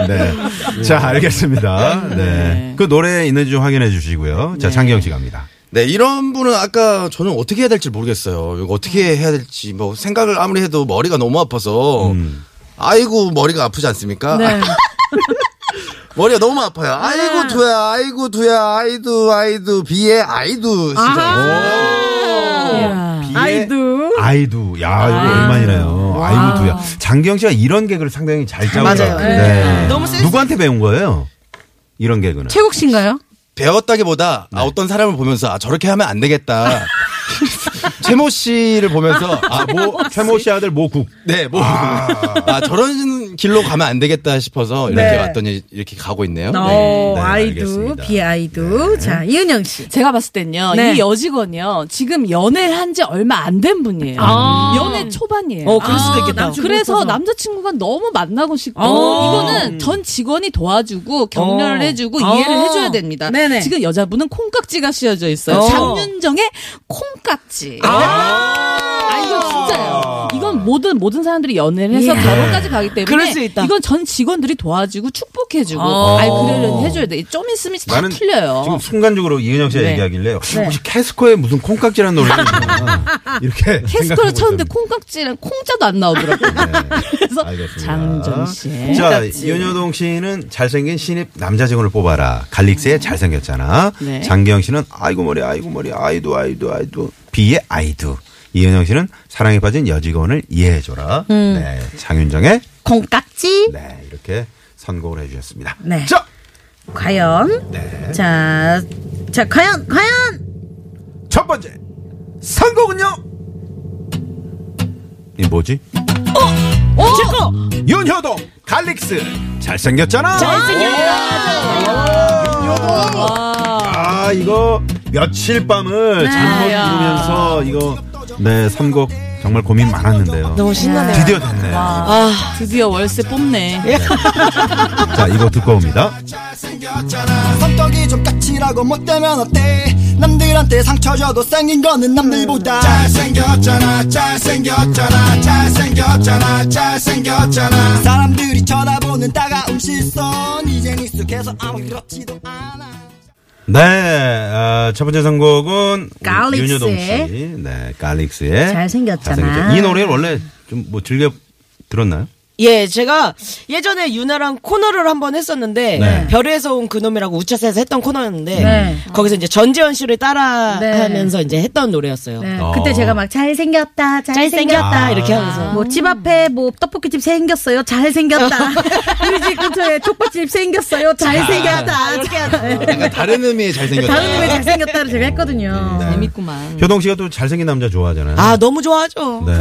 Speaker 4: 네. 자 알겠습니다. 네. 그 노래 있는지 좀 확인해 주시고요. 자 장기영 씨 갑니다.
Speaker 5: 네, 이런 분은 아까 저는 어떻게 해야 될지 모르겠어요. 이거 어떻게 해야 될지 뭐 생각을 아무리 해도 머리가 너무 아파서 아이고 머리가 아프지 않습니까?
Speaker 3: 네.
Speaker 5: 머리가 너무 아파요. 아이고 두야, 아이고 두야, 아이두 아이두 비에 아이두 아.
Speaker 3: 아하. 아이두.
Speaker 4: 아이두. 야, 이거 오랜만이네요. 아이고, 두야. 장기영 씨가 이런 개그를 상당히 잘 짜고.
Speaker 7: 맞아요.
Speaker 4: 네.
Speaker 7: 너무 센스
Speaker 4: 누구한테 배운 거예요? 이런 개그는.
Speaker 3: 최국 씨인가요?
Speaker 5: 배웠다기보다 아, 어떤 사람을 보면서 아, 저렇게 하면 안 되겠다. 최모 씨를 보면서 아, 뭐
Speaker 4: 최모 씨 아들 모국.
Speaker 5: 네, 뭐 아, 저런 길로 가면 안 되겠다 싶어서 이렇게 왔더니 이렇게 가고 네. 있네요.
Speaker 3: 어,
Speaker 4: 네,
Speaker 3: 아이두,
Speaker 4: 알겠습니다. 네.
Speaker 3: 비아이두. 자, 이은영 씨.
Speaker 8: 제가 봤을 땐요,
Speaker 3: 네.
Speaker 8: 이 여직원이요, 지금 연애를 한 지 얼마 안 된 분이에요. 연애 초반이에요.
Speaker 7: 어, 그럴 수도 있겠다.
Speaker 3: 남친
Speaker 8: 아. 그래서
Speaker 3: 못해서.
Speaker 8: 남자친구가 너무 만나고 싶고,
Speaker 3: 어.
Speaker 8: 이거는 전 직원이 도와주고, 격려를
Speaker 7: 어.
Speaker 8: 해주고,
Speaker 3: 어.
Speaker 8: 이해를 해줘야 됩니다.
Speaker 3: 네네.
Speaker 8: 지금 여자분은 콩깍지가 씌워져 있어요.
Speaker 7: 어.
Speaker 8: 장윤정의 콩깍지. 아, 예. 이거 진짜예요. 이건 모든 모든 사람들이 연애를 해서 결혼까지 가기 때문에
Speaker 7: 그럴 수 있다.
Speaker 8: 이건 전 직원들이 도와주고 축복해주고
Speaker 3: 어.
Speaker 8: 아이 그래는 해줘야 돼. 좀 있으면 다
Speaker 4: 나는
Speaker 8: 틀려요.
Speaker 4: 지금 순간적으로 이은영 씨가
Speaker 8: 네.
Speaker 4: 얘기하길래 혹시 캐스코의 무슨 콩깍지라는 노래가 있나 이렇게
Speaker 8: 캐스터를
Speaker 4: 생각하고
Speaker 8: 쳤는데
Speaker 4: 있었는데.
Speaker 8: 콩깍지랑 콩자도 안 나오더라고요. 그래서
Speaker 4: 네. 알겠습니다.
Speaker 8: 장정 씨.
Speaker 4: 자, 윤여동 씨는 잘생긴 신입 남자 직원을 뽑아라. 갈릭스에 잘생겼잖아.
Speaker 8: 네.
Speaker 4: 장기영 씨는 아이고 머리, 아이고 머리, 아이도, 아이도, 아이도. 비의 아이도. 이은영 씨는 사랑에 빠진 여직원을 이해해줘라.
Speaker 8: 음.
Speaker 4: 네. 장윤정의
Speaker 3: 콩깍지.
Speaker 4: 네. 이렇게 선곡을 해주셨습니다.
Speaker 3: 네.
Speaker 4: 자!
Speaker 3: 과연.
Speaker 4: 네.
Speaker 3: 자, 자, 과연, 과연.
Speaker 4: 첫 번째. 선곡은요? 이 뭐지? 어?
Speaker 7: 제거
Speaker 4: 윤효동 갈릭스 잘생겼잖아. 아 이거 며칠 밤을
Speaker 7: 네.
Speaker 4: 잠못 이루면서 이거 네 선곡 정말 고민 많았는데요.
Speaker 7: 너무 신나네요.
Speaker 4: 드디어 됐네요.
Speaker 8: 아 드디어 월세 뽑네.
Speaker 4: 자 이거 듣고 옵니다.
Speaker 2: 잘생겼잖아. 손톱이 좀 까칠하고 못되면 어때? 남들한테 상처 줘도 생긴 거는 남들보다 잘생겼잖아 잘생겼잖아 잘생겼잖아 잘생겼잖아 사람들이 쳐다보는 따가운 시선 이젠 익숙해서 아무 그렇지도 않아
Speaker 4: 네, 아, 첫 번째 선곡은 우리
Speaker 3: 갈릭스의
Speaker 4: 윤여동 씨, 네, 갈릭스의
Speaker 3: 잘생겼잖아.
Speaker 4: 잘생겼잖아. 이 노래를 원래 좀 뭐 즐겨 들었나요?
Speaker 7: 예, 제가 예전에 유나랑 코너를 한 번 했었는데
Speaker 4: 네.
Speaker 7: 별에서 온 그놈이라고 우차사에서 했던 코너였는데
Speaker 3: 네.
Speaker 7: 거기서 이제 전재현 씨를 따라하면서 이제 했던 노래였어요.
Speaker 3: 네,
Speaker 4: 어.
Speaker 3: 그때 제가 막 잘생겼다, 잘생겼다.
Speaker 7: 잘생겼다 이렇게 하면서
Speaker 3: 뭐 집 앞에 뭐 떡볶이집 생겼어요. 잘생겼다. 우리 집 근처에 족발집 생겼어요. 잘생겼다. 아, 이렇게 하다.
Speaker 5: 약간 아, 다른 의미의 잘생겼다.
Speaker 3: 다른 의미의 잘생겼다를 제가 했거든요.
Speaker 8: 네.
Speaker 4: 네.
Speaker 8: 재밌구만.
Speaker 4: 효동 씨가 또 잘생긴 남자 좋아하잖아요.
Speaker 7: 아 너무 좋아하죠.
Speaker 4: 네.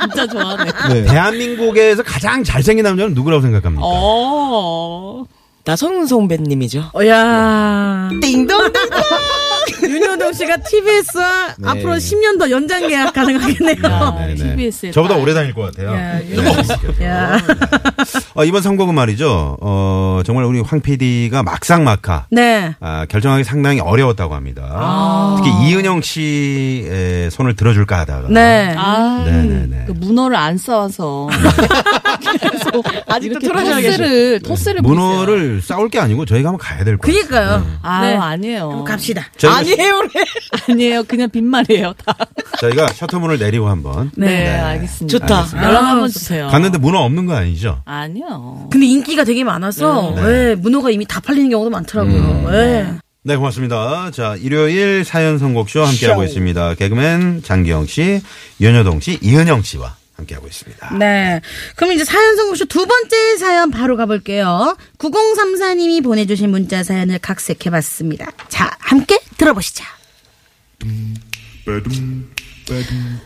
Speaker 8: 진짜 좋아하네. 그
Speaker 4: 대한민국에서 가장 잘생긴 남자는 누구라고 생각합니까?
Speaker 8: 어.
Speaker 7: 나성 선배님이죠.
Speaker 3: 어, 야
Speaker 7: 띵동띵.
Speaker 3: 윤효동 씨가 TBS와 앞으로 10년 더 연장 계약 가능하겠네요.
Speaker 4: 네, 네.
Speaker 8: 아, TBS 에
Speaker 4: 저보다
Speaker 8: 딸.
Speaker 4: 오래 다닐 것 같아요.
Speaker 3: 야,
Speaker 4: 네, 알겠습니다.
Speaker 3: 야.
Speaker 4: 어, 이번 선곡은 말이죠. 어, 정말 우리 황 PD가 막상막하
Speaker 3: 네.
Speaker 4: 아, 결정하기 상당히 어려웠다고 합니다.
Speaker 8: 아.
Speaker 4: 특히 이은영 씨의 손을 들어줄까 하다가.
Speaker 3: 네.
Speaker 8: 아,
Speaker 4: 네네네.
Speaker 8: 그 문어를 안 싸워서 계속 아직도
Speaker 7: 토라져야겠어요.
Speaker 8: 토스를 토스를 보세요.
Speaker 4: 문어를 싸울 게 아니고 저희가 한번 가야 될 것 같아요.
Speaker 3: 그니까요.
Speaker 8: 아
Speaker 3: 네.
Speaker 8: 아니에요.
Speaker 3: 갑시다.
Speaker 4: 저희가,
Speaker 7: 아니에요.
Speaker 8: 음, 아니에요. 그냥 빈말이에요. 다.
Speaker 4: 저희가 셔터문을 내리고 한번
Speaker 8: 네,
Speaker 3: 네. 아.
Speaker 8: 알겠습니다.
Speaker 7: 좋다.
Speaker 8: 연락 한번 주세요.
Speaker 4: 갔는데 문어 없는 거 아니죠?
Speaker 8: 아니요.
Speaker 3: 근데 인기가 되게 많아서
Speaker 4: 네.
Speaker 3: 예, 문어가 이미 다 팔리는 경우도 많더라고요. 예.
Speaker 4: 네, 고맙습니다. 자, 일요일 사연 선곡쇼 함께하고 있습니다. 개그맨 장기영 씨, 윤여동 씨, 이은영 씨와 함께하고 있습니다.
Speaker 3: 네. 그럼 이제 사연 선곡쇼 두 번째 사연 바로 가볼게요. 9034님이 보내주신 문자 사연을 각색해봤습니다. 자, 함께 들어보시죠.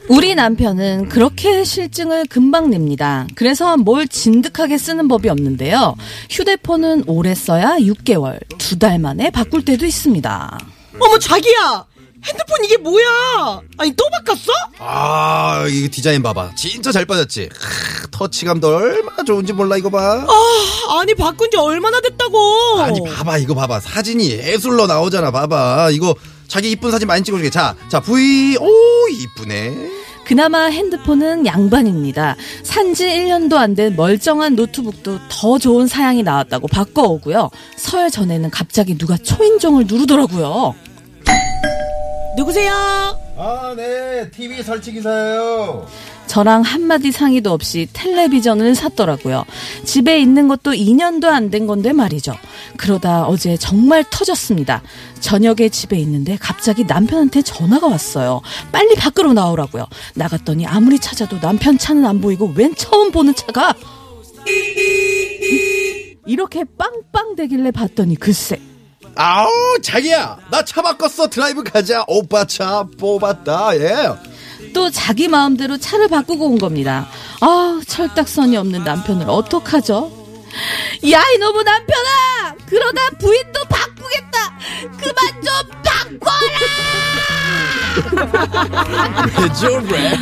Speaker 8: 우리 남편은 그렇게 실증을 금방 냅니다. 그래서 뭘 진득하게 쓰는 법이 없는데요. 휴대폰은 오래 써야 6개월, 두 달 만에 바꿀 때도 있습니다.
Speaker 7: 어머 자기야 핸드폰 이게 뭐야? 아니 또 바꿨어?
Speaker 5: 아, 이 디자인 봐봐. 진짜 잘 빠졌지. 크, 터치감도 얼마나 좋은지 몰라, 이거 봐.
Speaker 8: 어.
Speaker 7: 아 아니 바꾼 지 얼마나 됐다고?
Speaker 5: 아니, 봐봐, 이거 봐봐. 사진이 예술로 나오잖아, 봐봐. 이거 자기 이쁜 사진 많이 찍어줄게. 자, 자, V, 오, 이쁘네.
Speaker 8: 그나마 핸드폰은 양반입니다. 산지 1년도 안 된 멀쩡한 노트북도 더 좋은 사양이 나왔다고 바꿔오고요. 설 전에는 갑자기 누가 초인종을 누르더라고요.
Speaker 7: 누구세요?
Speaker 5: 아, 네. TV 설치 기사예요.
Speaker 8: 저랑 한마디 상의도 없이 텔레비전을 샀더라고요. 집에 있는 것도 2년도 안 된 건데 말이죠. 그러다 어제 정말 터졌습니다. 저녁에 집에 있는데 갑자기 남편한테 전화가 왔어요. 빨리 밖으로 나오라고요. 나갔더니 아무리 찾아도 남편 차는 안 보이고 웬 처음 보는 차가 이렇게 빵빵 되길래 봤더니 글쎄
Speaker 5: 아우, 자기야. 나 차 바꿨어. 드라이브 가자. 오빠 차 뽑았다. 예.
Speaker 8: 또 자기 마음대로 차를 바꾸고 온 겁니다. 아, 철딱선이 없는 남편을 어떡하죠? 야, 이놈의 남편아! 그러다 부인도 바꾸겠다! 그만 좀 바꿔라! 아.
Speaker 5: 그죠, 왜?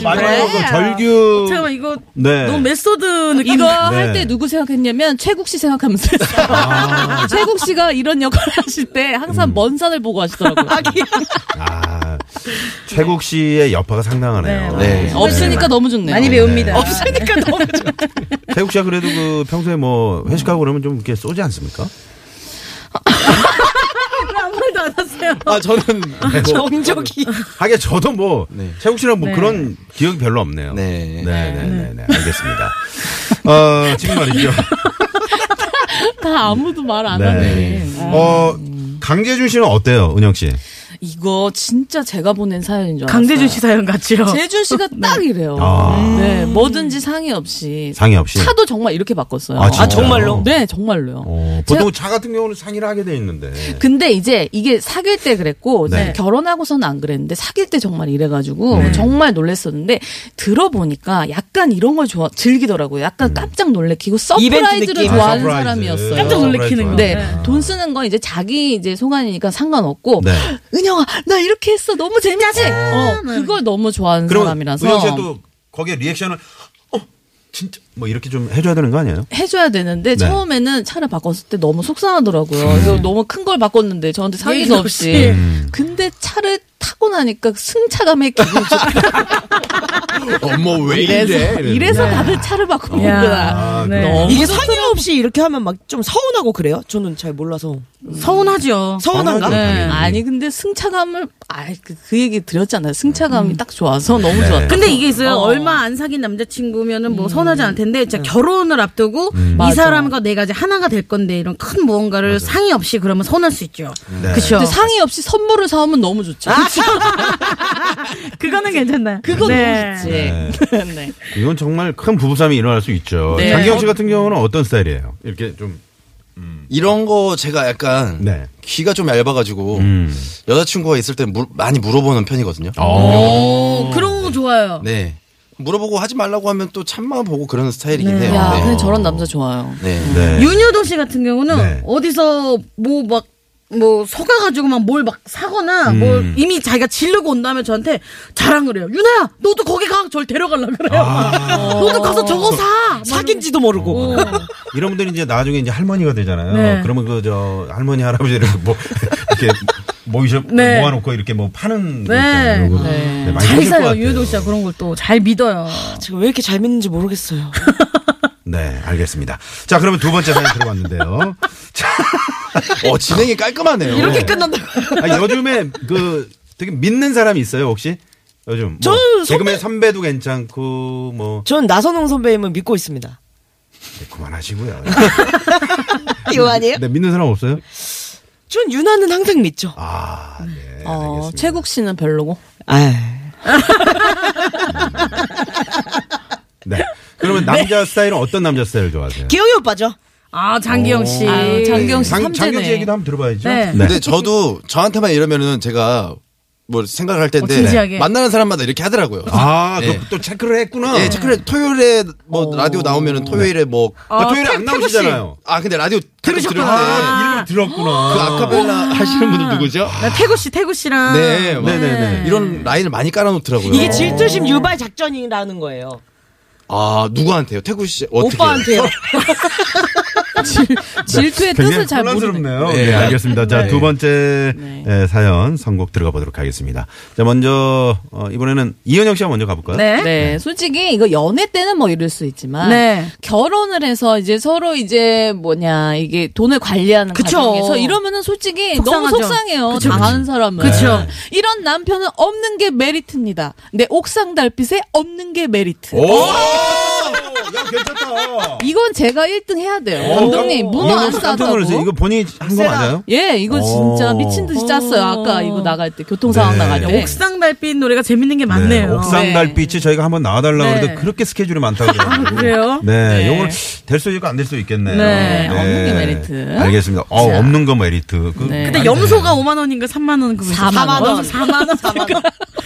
Speaker 4: 마지막으로 그 절규.
Speaker 3: 어, 잠깐만, 이거
Speaker 4: 네.
Speaker 3: 너무 메소드 느낌.
Speaker 8: 이거 할 때
Speaker 4: 네.
Speaker 8: 누구 생각했냐면 최국 씨 생각하면서 했어요. 최국 씨가 이런 역할을 하실 때 항상 먼 산을 보고 하시더라고요.
Speaker 4: 아, 최국 씨의 여파가 상당하네요.
Speaker 5: 네. 네.
Speaker 8: 없으니까 너무 좋네요.
Speaker 3: 많이 배웁니다.
Speaker 8: 없으니까 너무 좋
Speaker 4: 최국 씨가 그래도 그 평소에 뭐 회식하고 그러면 좀 이렇게 쏘지 않습니까?
Speaker 3: 아무 말도 안 하세요.
Speaker 5: 아, 저는. 뭐,
Speaker 7: 정적이
Speaker 4: 하긴 저도 뭐 최국 씨랑 뭐
Speaker 3: 네.
Speaker 4: 그런 기억이 별로 없네요.
Speaker 5: 네.
Speaker 4: 네, 네, 네, 네. 알겠습니다. 어, 지금 말이죠.
Speaker 8: 다 아무도 말 안
Speaker 4: 네.
Speaker 8: 하네.
Speaker 4: 어, 강재준 씨는 어때요, 은영 씨?
Speaker 8: 이거 진짜 제가 보낸 사연인 줄 알았어요.
Speaker 3: 강재준 씨 사연 같지요?
Speaker 8: 재준 씨가 딱 이래요.
Speaker 4: 어. 네. 아.
Speaker 8: 네, 뭐든지 상의 없이.
Speaker 4: 상의 없이.
Speaker 8: 차도 정말 이렇게 바꿨어요.
Speaker 4: 아, 진짜요? 아, 정말로?
Speaker 8: 네, 정말로요.
Speaker 4: 어, 보통 차 같은 경우는 상의를 하게 돼 있는데.
Speaker 8: 근데 이제 이게 사귈 때 그랬고
Speaker 4: 네.
Speaker 8: 결혼하고서는 안 그랬는데 사귈 때 정말 이래가지고 정말 놀랬었는데 들어보니까 약간 이런 걸 좋아 즐기더라고요. 약간 깜짝 놀래키고 서프라이즈를
Speaker 7: 느낌.
Speaker 8: 좋아하는
Speaker 4: 아, 음. 서프라이즈.
Speaker 8: 사람이었어요.
Speaker 4: 깜짝 놀래키는 거.
Speaker 8: 네, 돈 쓰는 건 이제 자기 이제 소관이니까 상관없고
Speaker 4: 네.
Speaker 8: 은영아 나 이렇게 했어 너무 재밌지. 어, 그걸 너무 좋아하는
Speaker 4: 그럼
Speaker 8: 사람이라서.
Speaker 4: 은영 씨가 또 거기에 리액션을 어, 진짜 뭐 이렇게 좀 해줘야 되는 거 아니에요?
Speaker 8: 해줘야 되는데 처음에는 차를 바꿨을 때 너무 속상하더라고요. 그래서 너무 큰 걸 바꿨는데 저한테 상의도
Speaker 3: 얘기도 없이.
Speaker 8: 없이. 근데 차를 타고 나니까 승차감에 기분 좋다.
Speaker 5: 어머 왜
Speaker 8: 이래서,
Speaker 5: 네.
Speaker 8: 이래서 다들 차를 바꾸는구나.
Speaker 4: 아,
Speaker 3: 네.
Speaker 4: 그럼.
Speaker 7: 이게 상의 없이 이렇게 하면 막 좀 서운하고 그래요? 저는 잘 몰라서.
Speaker 3: 서운하죠.
Speaker 7: 서운한가?
Speaker 4: 당연하죠, 당연히.
Speaker 8: 네. 아니 근데 승차감을 아그 그 얘기 드렸잖아요. 승차감이
Speaker 3: 음.
Speaker 8: 딱 좋아서 너무
Speaker 4: 네.
Speaker 8: 좋았다.
Speaker 3: 근데 이게 있어요.
Speaker 8: 어.
Speaker 3: 얼마 안 사귄 남자친구면은 뭐 서운하지 않을 텐데, 진짜 결혼을 앞두고 이
Speaker 8: 맞아.
Speaker 3: 사람과 내가 이제 하나가 될 건데, 이런 큰 무언가를 상의 없이 그러면 서운할 수 있죠.
Speaker 4: 네.
Speaker 3: 그쵸.
Speaker 8: 근데 상의 없이 선물을 사오면 너무 좋죠.
Speaker 3: 그거는 괜찮나요?
Speaker 8: 그건
Speaker 3: 네.
Speaker 8: 좋지.
Speaker 4: 네.
Speaker 8: 네.
Speaker 4: 이건 정말 큰 부부싸움이 일어날 수 있죠.
Speaker 8: 네.
Speaker 4: 장기영 씨 같은 경우는 어떤 스타일이에요? 이렇게 좀
Speaker 5: 이런 거 제가 약간
Speaker 4: 네.
Speaker 5: 귀가 좀 얇아가지고
Speaker 4: 음.
Speaker 5: 여자친구가 있을 때 물- 많이 물어보는 편이거든요.
Speaker 3: 오, 어, 그런 거 좋아요.
Speaker 5: 네. 물어보고 하지 말라고 하면 또 참만 보고 그런 스타일이긴 해요.
Speaker 8: 야,
Speaker 5: 네.
Speaker 8: 근데 저런 남자 좋아요.
Speaker 5: 네.
Speaker 8: 음.
Speaker 4: 네.
Speaker 3: 윤효동 씨 같은 경우는
Speaker 4: 네.
Speaker 3: 어디서 뭐 막 뭐 속아가지고 막 뭘 막 사거나 뭘 이미 자기가 질르고 온 다음에 저한테 자랑을 해요. 윤아야, 너도 거기 가. 저를 데려가려 그래요. 너도 가서 저거 사.
Speaker 7: 사귄지도 모르고.
Speaker 5: 어.
Speaker 4: 이런 분들이 이제 나중에 이제 할머니가 되잖아요.
Speaker 3: 네.
Speaker 4: 그러면 그 저 할머니 할아버지를 뭐 이렇게 모이셔
Speaker 3: 네.
Speaker 4: 모아놓고 이렇게 뭐 파는
Speaker 3: 네.
Speaker 4: 거 있잖아요.
Speaker 8: 네.
Speaker 4: 네, 많이
Speaker 3: 잘
Speaker 4: 하실 것
Speaker 3: 사요.
Speaker 4: 같아요.
Speaker 3: 윤효동 씨가 그런 걸 또 잘 믿어요.
Speaker 7: 제가 왜 이렇게 잘 믿는지 모르겠어요.
Speaker 4: 네, 알겠습니다. 자, 그러면 두 번째 사연 들어왔는데요.
Speaker 5: 어, 진행이 깔끔하네요.
Speaker 7: 이렇게 끝난다고요?
Speaker 4: 아, 요즘에 그 되게 믿는 사람이 있어요 혹시? 요즘 뭐
Speaker 7: 저는
Speaker 4: 개그맨 선배도 괜찮고 뭐
Speaker 7: 전 나선홍 선배님은 믿고 있습니다.
Speaker 4: 네, 그만하시고요.
Speaker 7: 이거 아니에요?
Speaker 4: 네, 믿는 사람 없어요?
Speaker 7: 전 유나는 항상 믿죠.
Speaker 4: 아, 네.
Speaker 8: 어,
Speaker 4: 알겠습니다.
Speaker 8: 최국 씨는 별로고.
Speaker 7: 아,
Speaker 4: 네. 그러면 남자 스타일은 어떤 남자 스타일을 좋아하세요?
Speaker 7: 기영이 오빠죠.
Speaker 3: 아, 장기영 씨.
Speaker 8: 아유, 장기영 씨
Speaker 4: 장,
Speaker 8: 삼재네.
Speaker 4: 장씨 얘기도 한번 들어봐야죠.
Speaker 3: 네.
Speaker 5: 근데 저도 저한테만 이러면은 제가 뭐 생각할
Speaker 3: 어,
Speaker 5: 텐데
Speaker 3: 진지하게.
Speaker 5: 만나는 사람마다 이렇게 하더라고요.
Speaker 4: 아,
Speaker 5: 네.
Speaker 4: 그또 체크를 했구나.
Speaker 5: 예, 체크를 토요일에 뭐 라디오 나오면은 토요일에 뭐 아,
Speaker 4: 아, 토요일에 안
Speaker 3: 태국
Speaker 4: 나오시잖아요.
Speaker 5: 근데 라디오 들으셨구나.
Speaker 4: 아, 일부러 들었구나.
Speaker 5: 그 아카벨라 하시는 분들 누구죠?
Speaker 3: 나 태구 씨, 태구 씨랑.
Speaker 5: 네, 막
Speaker 4: 네네네.
Speaker 5: 이런 라인을 많이 깔아놓더라고요.
Speaker 7: 이게 질투심 유발 작전이라는 거예요.
Speaker 5: 아 누구한테요? 태구 씨 어떻게?
Speaker 7: 오빠한테요.
Speaker 4: 네.
Speaker 8: 질투의 뜻을 잘 네. 모르네.
Speaker 4: 혼란스럽네요. 네, 알겠습니다. 자, 두 번째 예, 사연 선곡 들어가 보도록 하겠습니다. 자, 먼저 어, 이번에는 이현영 씨가 먼저 가볼까요?
Speaker 3: 네.
Speaker 8: 네, 솔직히 이거 연애 때는 뭐 이럴 수 있지만
Speaker 3: 네.
Speaker 8: 결혼을 해서 이제 서로 이제 뭐냐 이게 돈을 관리하는
Speaker 3: 그쵸.
Speaker 8: 과정에서 이러면은 솔직히
Speaker 3: 속상하죠.
Speaker 8: 너무 속상해요
Speaker 3: 그쵸,
Speaker 8: 당하는 사람은
Speaker 3: 그쵸.
Speaker 8: 네. 이런 남편은 없는 게 메리트입니다. 내 옥상 달빛에 없는 게 메리트.
Speaker 4: 오! 야, 괜찮다.
Speaker 8: 이건 제가 1등 해야 돼요. 감독님 문어 뭐 안
Speaker 4: 깜짝
Speaker 8: 쌌다고.
Speaker 4: 놀랐어요. 이거 본인이 한 거 맞아요?
Speaker 8: 예, 이거 진짜 미친 듯이 짰어요. 아까 이거 나갈 때 교통 상황
Speaker 4: 네.
Speaker 8: 나갈 때.
Speaker 3: 옥상 달빛 노래가 재밌는 게
Speaker 4: 네,
Speaker 3: 많네요.
Speaker 4: 옥상
Speaker 8: 네.
Speaker 4: 달빛이 저희가 한번 나와달라고
Speaker 3: 네.
Speaker 4: 그러는데 그렇게 스케줄이 많다고 그래요.
Speaker 3: 그래요?
Speaker 4: 네,
Speaker 8: 네.
Speaker 4: 요걸 될 수 있고 안 될 수 있겠네요.
Speaker 3: 네,
Speaker 8: 없는 게 메리트.
Speaker 4: 알겠습니다. 어,
Speaker 8: 자.
Speaker 4: 없는 거 메리트. 그,
Speaker 8: 네.
Speaker 3: 근데 염소가 5만 원인가 3만 원 그거 있었어요.
Speaker 8: 4만 원.
Speaker 3: 4만 원. 4만 원.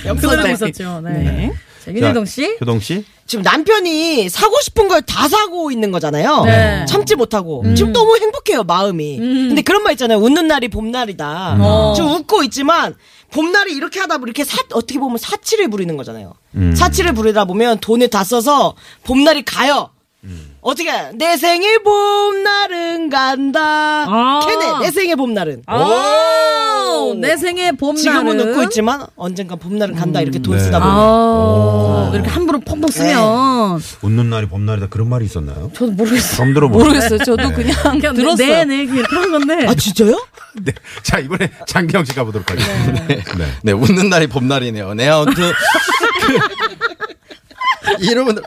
Speaker 3: 염소
Speaker 8: 달빛.
Speaker 3: 있었죠. 네. 자, 윤희동 씨.
Speaker 4: 효동 씨?
Speaker 7: 지금 남편이 사고 싶은 걸 다 사고 있는 거잖아요.
Speaker 3: 네.
Speaker 7: 참지 못하고 지금 너무 행복해요 마음이. 근데 그런 말 있잖아요. 웃는 날이 봄날이다. 지금 웃고 있지만 봄날이 이렇게 하다 보면 이렇게 사, 어떻게 보면 사치를 부리는 거잖아요.
Speaker 4: 음.
Speaker 7: 사치를 부리다 보면 돈을 다 써서 봄날이 가요.
Speaker 4: 음.
Speaker 7: 어떻게 내 생일 봄날은 간다.
Speaker 3: 아.
Speaker 7: 캐네 내 생일 봄날은.
Speaker 4: 그
Speaker 3: 오! 내 생애 봄날은
Speaker 7: 지금은 웃고 있지만 언젠간 봄날은 간다 이렇게 돈
Speaker 4: 네.
Speaker 7: 쓰다 보면.
Speaker 3: 아, 이렇게 함부로 펑펑 쓰면
Speaker 8: 네.
Speaker 4: 웃는 날이 봄날이다 그런 말이 있었나요?
Speaker 3: 저도 모르겠어요.
Speaker 4: 처음 들어보네.
Speaker 8: 모르겠어요. 저도 그냥 들었어요.
Speaker 3: 네, 네, 그냥 그런 건데.
Speaker 7: 아 진짜요?
Speaker 4: 네. 자, 이번에 장기영 씨 가보도록 하겠습니다. 네. 네.
Speaker 5: 네 웃는 날이 봄날이네요. 네 아무튼 그- 이러면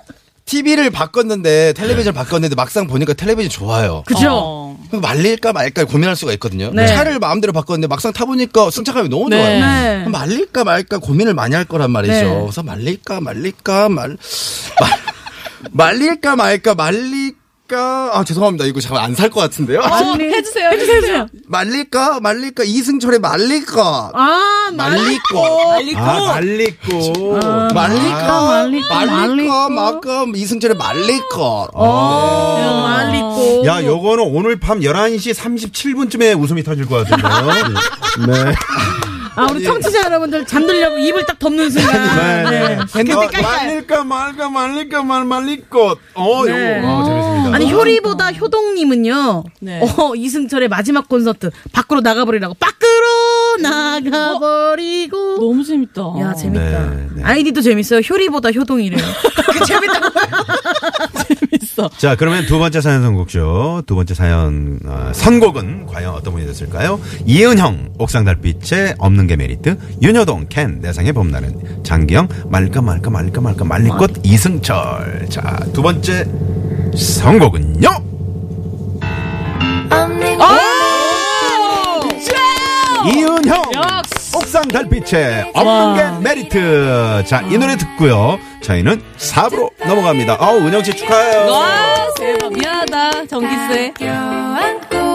Speaker 5: TV를 바꿨는데 텔레비전을 바꿨는데 막상 보니까 텔레비전 좋아요.
Speaker 3: 그죠?
Speaker 8: 어.
Speaker 5: 그 말릴까 말까 고민할 수가 있거든요.
Speaker 3: 네.
Speaker 5: 차를 마음대로 바꿨는데 막상 타보니까 승차감이 너무
Speaker 8: 네.
Speaker 5: 좋아요.
Speaker 3: 네.
Speaker 5: 그럼 말릴까 말까 고민을 많이 할 거란 말이죠.
Speaker 3: 네.
Speaker 5: 그래서 말릴까 말릴까 말, 말 말릴까 말까 말릴까 아 죄송합니다 이거 잠깐 안 살 것 같은데요.
Speaker 8: 어, 해주세요. 해주세요.
Speaker 5: 말릴까 말릴까 이승철의 말릴까
Speaker 3: 아, 말리.
Speaker 5: 말릴까
Speaker 7: 네.
Speaker 4: 아, 말리고.
Speaker 5: 아, 말릴까
Speaker 3: 말릴까, 말릴까.
Speaker 5: 말릴까 말까 이승철의 말릴까
Speaker 3: 어, 말리고.
Speaker 4: 야, 요거는 오늘 밤 11시 37분쯤에 웃음이 터질 것 같은데요. 네.
Speaker 3: 아, 우리 청취자 여러분들 잠들려고 입을 딱 덮는 순간. 네.
Speaker 5: 핸드폰
Speaker 4: 어, 말릴까 말까 말릴까 말 말릴 것. 어,
Speaker 3: 네.
Speaker 4: 요거. 어, 재밌습니다.
Speaker 3: 아니 효리보다 효동님은요.
Speaker 8: 네.
Speaker 3: 어 이승철의 마지막 콘서트 밖으로 나가버리라고 밖으로 나가버리고.
Speaker 8: 너무 재밌다.
Speaker 3: 야 재밌다.
Speaker 4: 네, 네.
Speaker 3: 아이디도 재밌어요. 효리보다 효동이래요.
Speaker 8: 재밌어.
Speaker 4: 자, 그러면 두 번째 사연 선곡쇼. 두 번째 사연 어, 선곡은 과연 어떤 분이 됐을까요? 이은형, 옥상달빛의 없는 게 메리트, 윤여동, 캔, 내상의 봄날은, 장기영, 말까 말까 말까 말까 말릴 것, 이승철. 자, 두 번째 선곡은요?
Speaker 9: 어?
Speaker 3: 아!
Speaker 8: 아!
Speaker 4: 이은형, 옥상달빛의 없는 게 메리트. 자, 이 노래 듣고요. 저희는 4부로 넘어갑니다. 아우, 은영씨 축하해요.
Speaker 6: 아,
Speaker 8: 와, 대박. 미안하다. 전기세.
Speaker 1: 껴안고